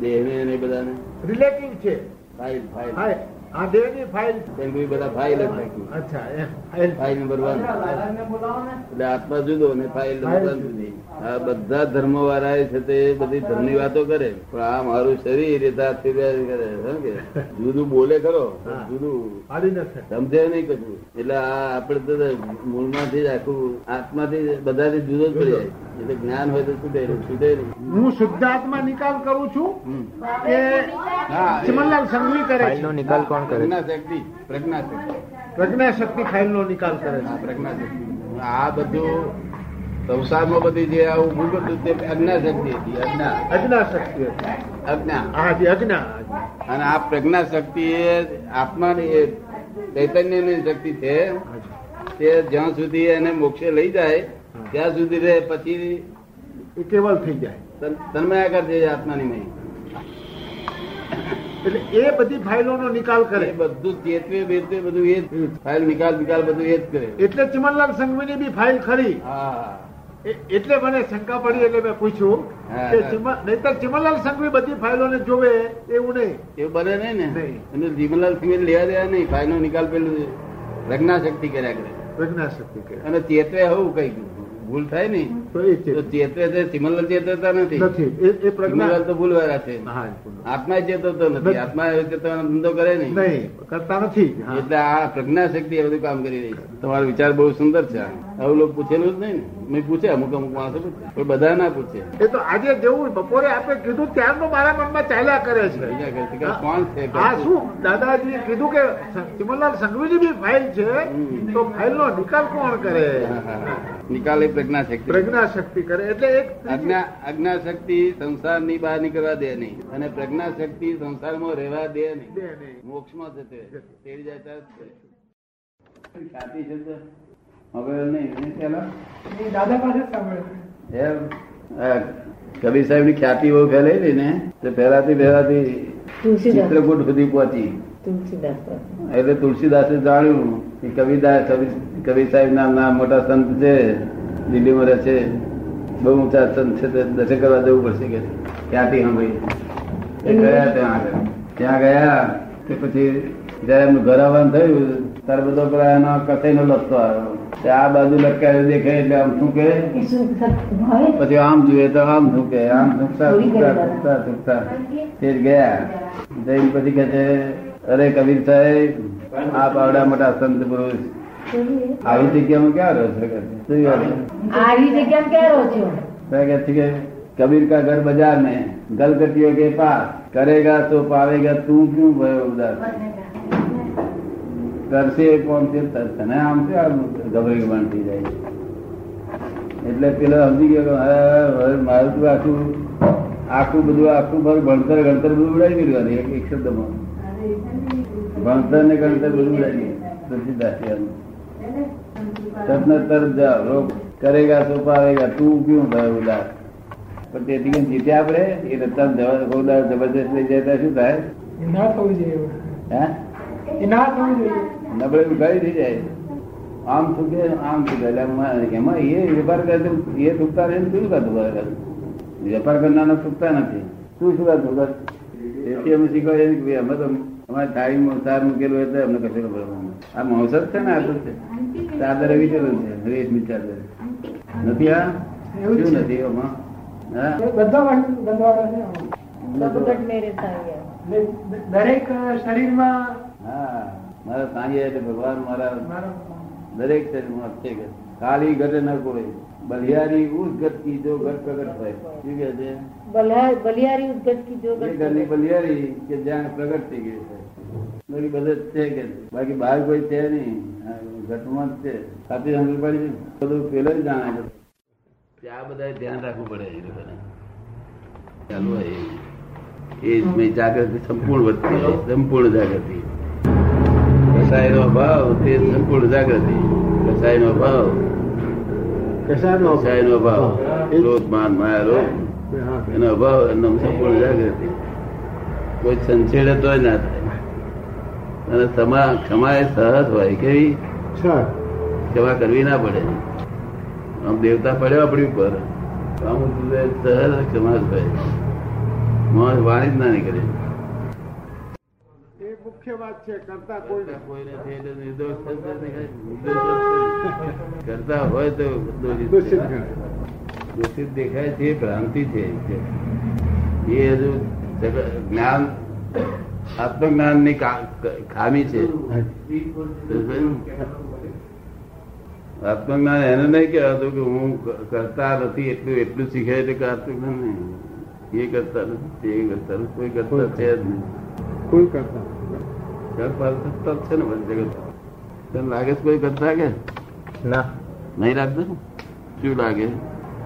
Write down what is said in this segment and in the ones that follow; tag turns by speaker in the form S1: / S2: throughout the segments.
S1: દેહને ને બધાને
S2: રિલેટિવ છે
S1: ફાઇલ ફાઇલ
S2: ફાઇલ આ દેવની ફાઇલ છે.
S1: તેમ કોઈ બધા ફાઇલ જ નાખ્યું
S2: અચ્છા એમ ફાઇલ
S1: ફાઇલ નંબર વન એટલે આત્મા જુદો ને ફાઇલ નંબર વન જુદી આ બધા ધર્મ વાળા છે તે બધી ધર્મની વાતો કરે પણ આ મારું શરીર એ તાર ફેરવ્યા કરે સમજે? જુદું બોલે ખરો પણ જુદું
S2: હાલી નથી
S1: સમજે નહીં કશું એટલે આ આપણે તો મૂળમાંથી જ આખું આત્માથી જ બધાથી જુદો જ પડી જાય એટલે જ્ઞાન હોય તો છૂટે નહીં છૂટે નહીં
S2: હું શુદ્ધાત્મા નિકાલ કરું છું
S1: હમ.
S2: કે
S1: હા, એ-
S2: ચમનલાલ સંઘવી કરે
S3: ફાઇલનો
S2: છે
S3: નિકાલ કોણ કરે છે
S1: પ્રજ્ઞા શક્તિ પ્રજ્ઞા શક્તિ
S2: પ્રજ્ઞા શક્તિ ફાઇલનો નિકાલ કરે
S1: આ
S2: છે
S1: પ્રજ્ઞા શક્તિ આ બધું સંસારમાં બધી જે આ ઊભું બધું તે અજ્ઞા શક્તિ હતી અજ્ઞા
S2: અજ્ઞા શક્તિ હતી.
S1: અજ્ઞા
S2: આ જે અજ્ઞા
S1: અને આ પ્રજ્ઞા શક્તિ એ આત્માની એ ચૈતન્યની શક્તિ છે તે જ્યાં સુધી એને મોક્ષે લઈ જાય ત્યાં સુધી રહે પછી
S2: એ કેવલ થઈ જાય
S1: તન- તન્મયાકાર થઈ જાય આત્માની નહીં
S2: એટલે એ બધી ફાઇલોનો નિકાલ
S1: એ
S2: કરે
S1: બધું ચેતવે બેતવે બધું એ જ ફાઇલ નિકાલ નિકાલ બધું એ જ કરે
S2: એટલે ચમનલાલ સંઘવીની બી ફાઇલ ખરી
S1: હા
S2: એ- એટલે મને શંકા પડી એટલે મેં પૂછ્યું
S1: હા,
S2: કે
S1: હા.
S2: ચિમન- નહીંતર ચમનલાલ સંઘવી બધી ફાઇલોને જોવે એવું નહીં
S1: એવું બને નહીં ને
S2: નહીં.
S1: અને જીમલાલ સિંહ લેવા દેવા નહીં ફાઇલ નો નિકાલ પેલું પ્રજ્ઞા શક્તિ કર્યા કરે
S2: પ્રજ્ઞા શક્તિ કહે
S1: અને ચેતવે હવું કઈ ભૂલ થાય ને
S2: તો એ
S1: તો
S2: ચેતન
S1: ચેતવે છે સિમલન ચેતવતા નથી
S2: નથી એ- એ
S1: સિમલન
S2: પ્રજ્ઞા
S1: તો ભૂલવાળા છે
S2: હા, એ પૂર્ણ.
S1: આત્મા ચેતવતો નથી
S2: નથી.
S1: આત્મા એ ચેતવાનો ધંધો કરે નહીં
S2: નહીં કરતા નથી હા.
S1: એટલે આ પ્રજ્ઞા શક્તિ એ બધું કામ કરી રહી છે તમારો વિચાર બહુ સુંદર છે આવું લોકો પૂછેલું જ નહીં ને મેં પૂછે અમુક અમુક માણસો પૂછે પણ બધા ના પૂછે
S2: એ તો આજે જેવું બપોરે આપણે કીધું ત્યારનું મારા મનમાં ચાલ્યા કરે છે
S1: બીજા કરતી કે કોણ છે
S2: આ શું દાદાજી કીધું કે ચિમનલાલ સંઘવીની બી ફાઇલ છે
S1: હમ.
S2: તો ફાઇલનો નિકાલ કોણ કરે
S1: હા, હા, હા. નિકાલ એ પ્રજ્ઞા શક્તિ
S2: પ્રજ્ઞા શક્તિ કરે એટલે એક
S1: આજ્ઞા આજ્ઞા શક્તિ સંસારની બહાર નીકળવા દે નહીં અને પ્રજ્ઞા શક્તિ સંસારમાં રહેવા દે નહીં
S2: દે નહીં.
S1: મોક્ષમાં જતે તેડી જાય ત્યારે જ છે. ખ્યાતિ છે તો? હવે નહીં નહીં પહેલા? એમ હા. કબીર સાહેબ ની ખ્યાતિ બહુ ફેલાયેલી ને તે ફેલાતી ફેલાતી
S4: તુલસીદાસ
S1: ચિત્રકૂટ સુધી પહોંચી
S4: તુલસીદાસ પર.
S1: એટલે તુલસીદાસે જાણ્યું કે કવિદાસ કવિ- કવિ સાહેબ નામના મોટા સંત છે દિલ્હીમાં રહે છે બહુ ઊંચા સંત છે તે દર્શન કરવા જવું પડશે કે ક્યાંથી સાંભળી એ ગયા ત્યાં આગળ ત્યાં ગયા તે પછી જયારે એમનું ઘર આવવાનું થયું ત્યારે બધો પેલા એનો કથાઈનો લસતો આવ્યો તે આ બાજુ લટકાયો દેખાય એટલે આમ શું કે
S4: એ શું ભાવે?
S1: પછી આમ જોઈએ તો આમ થૂકે આમ થૂકતા
S4: થોડી ઘડી
S1: થૂકતા થૂકતા થૂકતા તે જ ગયા જઈને પછી કહે છે અરે કબીર સાહેબ આ બાવડા મોટા સંત પુરુષ
S4: બોલીએ.
S1: આવી જગ્યામાં ક્યાં રહો છો કહે છે. શું વાત?
S4: આવી જગ્યા ક્યાં રહો છો
S1: तो कहती है कबीर का घर बाजार में गलगटियों के पास करेगा तो पावेगा तू क्यों भयो उधर કરશે કોણ છે તને આમ છે આમ ગભરી ગમણ થઈ જાય એટલે પેલો સમજી ગયો કે મારે- મારે- મારું તો આખું આખું બધું આખું મારું ભણતર ગણતર બધું ઉડાવી ગયું એક- એક શબ્દમાં ભણતર ને ગણતર બધું ઉડાવી ગયું તુલસીદાસજી આનું. તરત ને તરત જાઓ રોગ કરેગા તો પાવેગા તું ક્યું થયો ઉદાસ પણ તે ટીકન જીત્યા આપણે એ રસ્તા ઉદાસ જબરજસ્ત લઈ જાય તો શું થાય
S5: ના થવું જોઈએ
S1: હે
S5: એ ના થવું જોઈએ
S1: નબળે ઉઘાડી થઈ જાય આમ થૂકે આમ થૂકે એટલે એમાં- એમાં એ વેપાર કરે તો એ થૂકતા રહે ને શું થતું બરાબર? વેપાર કરનારા થૂકતા નથી શું શું થતું બસ? તેથી અમે શીખવાડીએ કે ભાઈ અમે તો અમારી થાળી મોસાર મૂકેલું હોય તો અમને કશું ખબર પડે. આ મોસર છે ને આ તો છે ચાદર એવી ચાદર છે રેશમી ચાદર નથી આ
S5: એવું
S1: શું
S5: છે.
S1: નથી આમાં હા
S5: બધા વાળ- બંધવાળા છે આમાં.
S4: સબગટ મેરે સાહિયા
S5: એટલે દરેક શરીરમાં
S1: હા મારા સાંજે એટલે ભગવાન મારા
S5: મારો
S1: દરેક શરીરમાં છે કે કાળી ઘટે ન કોઈ બલિયારી ઉસ ઘટકી જો ઘટ પ્રગટ થાય શું કહે છે
S4: બલિયા- બલિયારી ઉદ્ગત કી જો
S1: એ
S4: ગતિ.
S1: ઘરની બલિયારી કે જ્યાં પ્રગટ થઈ ગઈ છે બાકી બધે જ છે કે બાકી બહાર કોઈ છે નહીં આ ઘટમાં જ છે સાચી સમજ પડી છે બધું પેલો જ જાણે છે. તે આ બધા ધ્યાન રાખવું પડે એ લોકોને ચાલુ હોય એ એ જ મેં જાગૃતિ સંપૂર્ણ વધતી હોય, સંપૂર્ણ જાગૃતિ કસાયનો અભાવ તે સંપૂર્ણ જાગૃતિ કસાયનો અભાવ
S2: કશાનો
S1: કસાયનો અભાવ
S2: એ-
S1: ક્રોધ, માન માયા લોભ
S2: હા.
S1: એનો અભાવ એનો સંપૂર્ણ જાગૃતિ કોઈ સંછેડે તોય ના થાય અને ક્ષમા ક્ષમા એ સહજ હોય કેવી
S2: સર
S1: ક્ષમા કરવી ના પડે આમ દેવતા પડ્યો આપણી ઉપર તો આમ સહજ ક્ષમા જ હોય મોં વાણી જ ના નીકળે
S2: એ મુખ્ય વાત છે કરતા કોઈ નથી.
S1: કોઈને છે એટલે નિર્દોષ થશે ને, નિર્દોષ થશે. કરતા હોય તો દોષિત
S2: દૂષિત
S1: કહેવાય.
S2: ગણાય.
S1: દૂષિત દેખાય છે એ ભ્રાંતિ છે એ હજુ જગ- જ્ઞાન આત્મજ્ઞાન ની ખામી છે આત્મજ્ઞાન એને નહીં કહેવાતું કે હું ક- કરતા નથી એટલું એટલું શીખાય એટલે કે આત્મજ્ઞાન નહીં એ કરતા નથી તે કરતા નથી કોઈ કરતા છે જ નહીં
S2: કોઈ કરતા
S1: ઘર પાછળ જ છે ને બધી જગત તને લાગે છે કોઈ કરતા કે
S3: ના
S1: નહીં લાગતું ને શું લાગે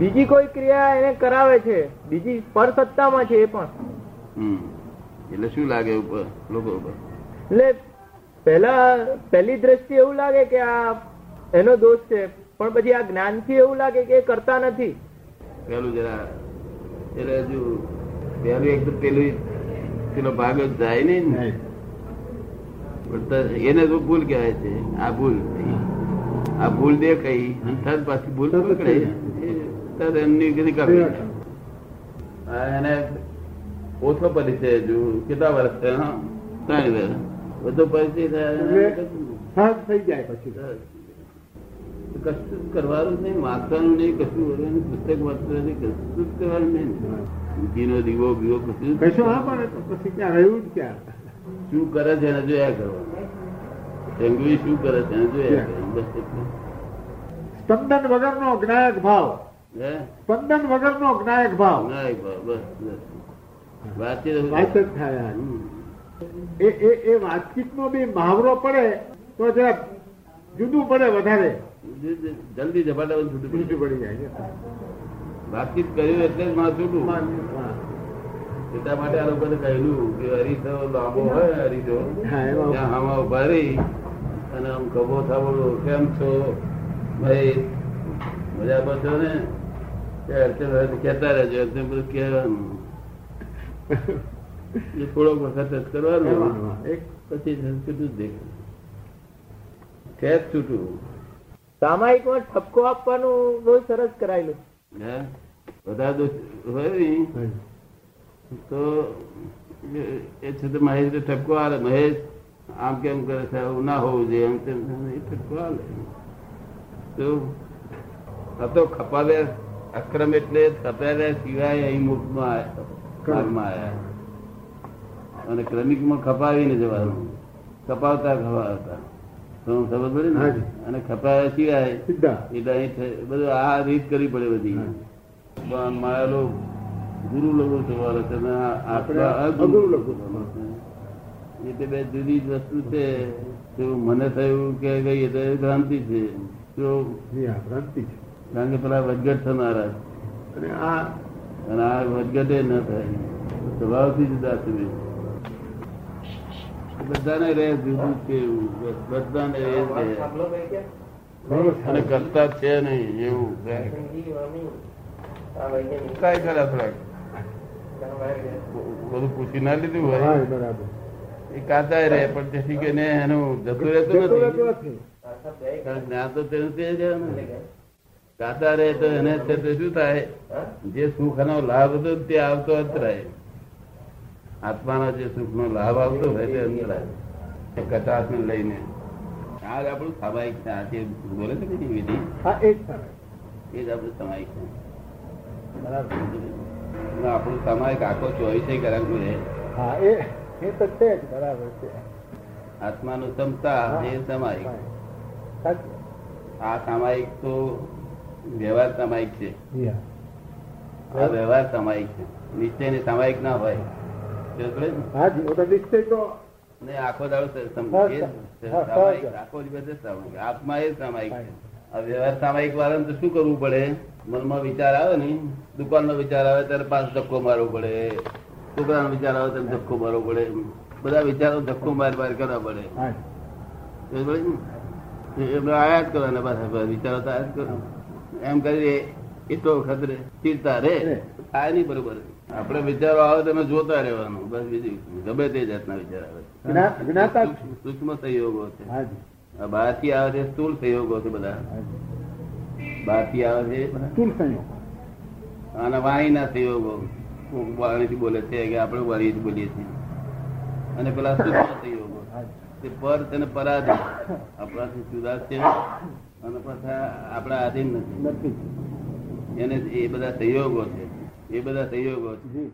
S3: બીજી કોઈ ક્રિયા એને કરાવે છે બીજી પરસત્તામાં છે એ પણ
S1: હમ એટલે શું લાગે ઉપર લોકો ઉપર
S3: એટલે પહેલા પહેલી દ્રષ્ટિ એવું લાગે કે આ એનો દોષ છે પણ પછી આ જ્ઞાનથી એવું લાગે કે એ કરતા નથી
S1: પેલું જરા એટલે હજુ પેલું એક તો પેલું પેલો ભાગ જ જાય નહીં ને પણ ત- એને તો ભૂલ કહેવાય છે આ ભૂલ થઈ. આ ભૂલ દે કઈ અને તાર પાછી ભૂલ
S2: તરત
S1: પકડાય. એ તરત એમની ઘણી કાપી નાખે. આ એને ઓછો પરિચય હજુ કેટલા વર્ષ છે હા? ત્રણ વર્ષ બધો પરિચય થાય
S2: એટલે સહજ થઈ જાય પછી
S1: કશું જ કરવાનું જ નહીં વાંચવાનું નહીં કશું કરવાનું નહીં, પુસ્તક વાંચવાનું નહીં કશું જ કરવાનું નહીં ઘીનો દીવો બીવો કશું જ
S2: કશું હા પણ એ તો પછી ક્યાં રહ્યું જ ક્યાં
S1: શું કરે છે એને જોયા કરવાનું ટેંગુઈ શું કરે છે એને જોયા કરવાનું બસ એટલું.
S2: સ્પંદન વગરનો જ્ઞાયક ભાવ
S1: હે
S2: સ્પંદન વગરનો જ્ઞાયક ભાવ
S1: ના એ બસ બસ વાતચીત
S2: વાત જ થાય આ.
S1: હમ.
S2: એ એ એ વાતચીતનો બી મહાવરો પડે તો જરા જુદું પડે વધારે
S1: જલ્દી જપાટા છૂટું પડી
S2: જુદું પડી જાય
S1: જાય. વાતચીત કર્યું એટલે જ માં છૂટું
S2: હા.
S1: એટલા માટે આ લોકોને કહેલું કે હરીતો લાંબો હોય હરીતો
S2: હા, એમાં-
S1: ત્યાં આમાં ઉભા રહી અને આમ કભો થાબડો કેમ છો ભાઈ મજા પર છો ને તે અર્ચન ભાઈને કહેતા રહેજો અર્ચન બધું કહેવાનું એ થોડોક વખત જ કરવાનું
S2: કરવાનું. એક
S1: પછી છૂટું જ દેખાય છે જ છૂટું
S3: સામાયિકમાં ઠપકો આપવાનું બહુ સરસ કરાયેલું
S1: હે બધા દોષ હોય ને
S2: હોય.
S1: તો એ- એ છતાં મહેશ ને ઠપકો આલે મહેશ આમ કેમ કરે છે આવું ના હોવું જોઈએ આમ તેમ થાય. એ ઠપકો આલે તો આ તો ખપાવ્યા અક્રમ એટલે ખપાવ્યા સિવાય અહીં મુખમાં આયા- માર્ગમાં આવ્યા અને ક્રમિકમાં ખપાવીને જવાનું ખપાવતા ખપાવતા તો સમજ પડી ને
S2: હાજી.
S1: અને ખપાવ્યા સિવાય
S2: સીધા
S1: એટલે અહીં ઠે- બધું આ રીત કરવી પડે બધી પણ માયેલો ગુરુ લઘુ થવાનો છે અને આ-
S2: આપણે
S1: આ
S2: અગુરુ
S1: અગુરુ
S2: લઘુ
S1: લઘુ થવાનો છે. એટલે બે જુદી જ વસ્તુ છે તો મને થયું કે ગઈ એટલે એ ભ્રાંતિ છે તો
S2: જી હા ભ્રાંતિ છે
S1: કારણ કે પેલા વધઘટ થનારા
S2: અને આ
S1: છે. અને આ વધઘટે ન થાય સ્વભાવથી જુદા છે બે. બધાને રહે જુદું છે એવું બધાને રહે જ રહે.
S2: બરોબર
S1: અને
S2: છે.
S1: કરતા જ છે નહીં એવું કાંઈ કરે થોડાક બધું પૂછી ના લીધું હોય
S2: હા, બરાબર
S1: એ કાતા રહે પણ તેથી કે ને એનું જતું રહેતું
S2: જતું
S1: નથી
S2: રહેતું નથી
S1: કારણ જ્ઞાન તો તેનું તે જ આવે ને. કાતા રહે તો એને છે તે શું થાય જે સુખ નો લાભ હતો તે આવતો અંતરાય આત્માનો જે સુખ નો લાભ આવતો હોય તે અંતરાય કચાશ ને લઈને આ જ આપણું સામાયિક છે આ જે બોલે છે ને વિધિ
S2: હા એ જ થાય
S1: એ જ આપણું સામાયિક છે બરાબર આપણું સામાયિક આખો ચોવીસે કલાકનું રહે
S2: હા એ એ તો છે જ બરાબર છે
S1: આત્માનું ક્ષમતા એ સામાયિક
S2: સાચું.
S1: આ સામાયિક તો વ્યવહાર સામાયિક છે
S2: જી હા
S1: આ વ્યવહાર સામાયિક છે નિશ્ચય ને સામાયિક ના હોય સમજ પડે ને?
S2: હા જી, એ તો નિશ્ચય તો
S1: ને આખો દાડો સ- સમ-
S2: હા,
S1: એ
S2: સા- હા,
S1: સામાયિક,
S2: સાચું.
S1: આખો દિવસ જ સામાયિક આત્મા એ સામાયિક છે આ વ્યવહાર સામાયિક વાળાને તો શું કરવું પડે મનમાં વિચાર આવે ને દુકાનનો વિચાર આવે ત્યારે પાછો ધક્કો મારવો પડે છોકરાનો વિચાર આવે ત્યારે ધક્કો મારવો પડે બધા વિચારો ધક્કો માર માર કરવા પડે
S2: હા જી.
S1: એમનો આયાત કરવાના પાછા વિચારો તો આયાત કરો એમ કરી એટલો વખત રે ચીરતા રે
S2: રે.
S1: આ નહીં બરોબર આપણે વિચારો આવે તમે જોતા રહેવાનું બસ બીજું ગમે તે જાતના વિચાર
S2: જ્ઞા- જ્ઞાતા
S1: આવે સૂક્ષ્મ- સૂક્ષ્મ સંયોગો છે
S2: હા જી,
S1: આ બહારથી આવે છે સ્થૂળ સંયોગો છે બધા
S2: હા જી.
S1: બહારથી આવે છે બધા.
S2: તુલ સંયોગ
S1: અને વાણીના સંયોગો વાણીથી બોલે છે કે આપણે વાણીથી બોલીએ છીએ અને પેલા સહયોગો તે પર તેને પરાધીન આપણાથી જુદા છે અને પાછા આપણા આધીન નથી
S2: નથી
S1: એને એ બધા સહયોગો છે એ બધા સહયોગો છે
S2: જી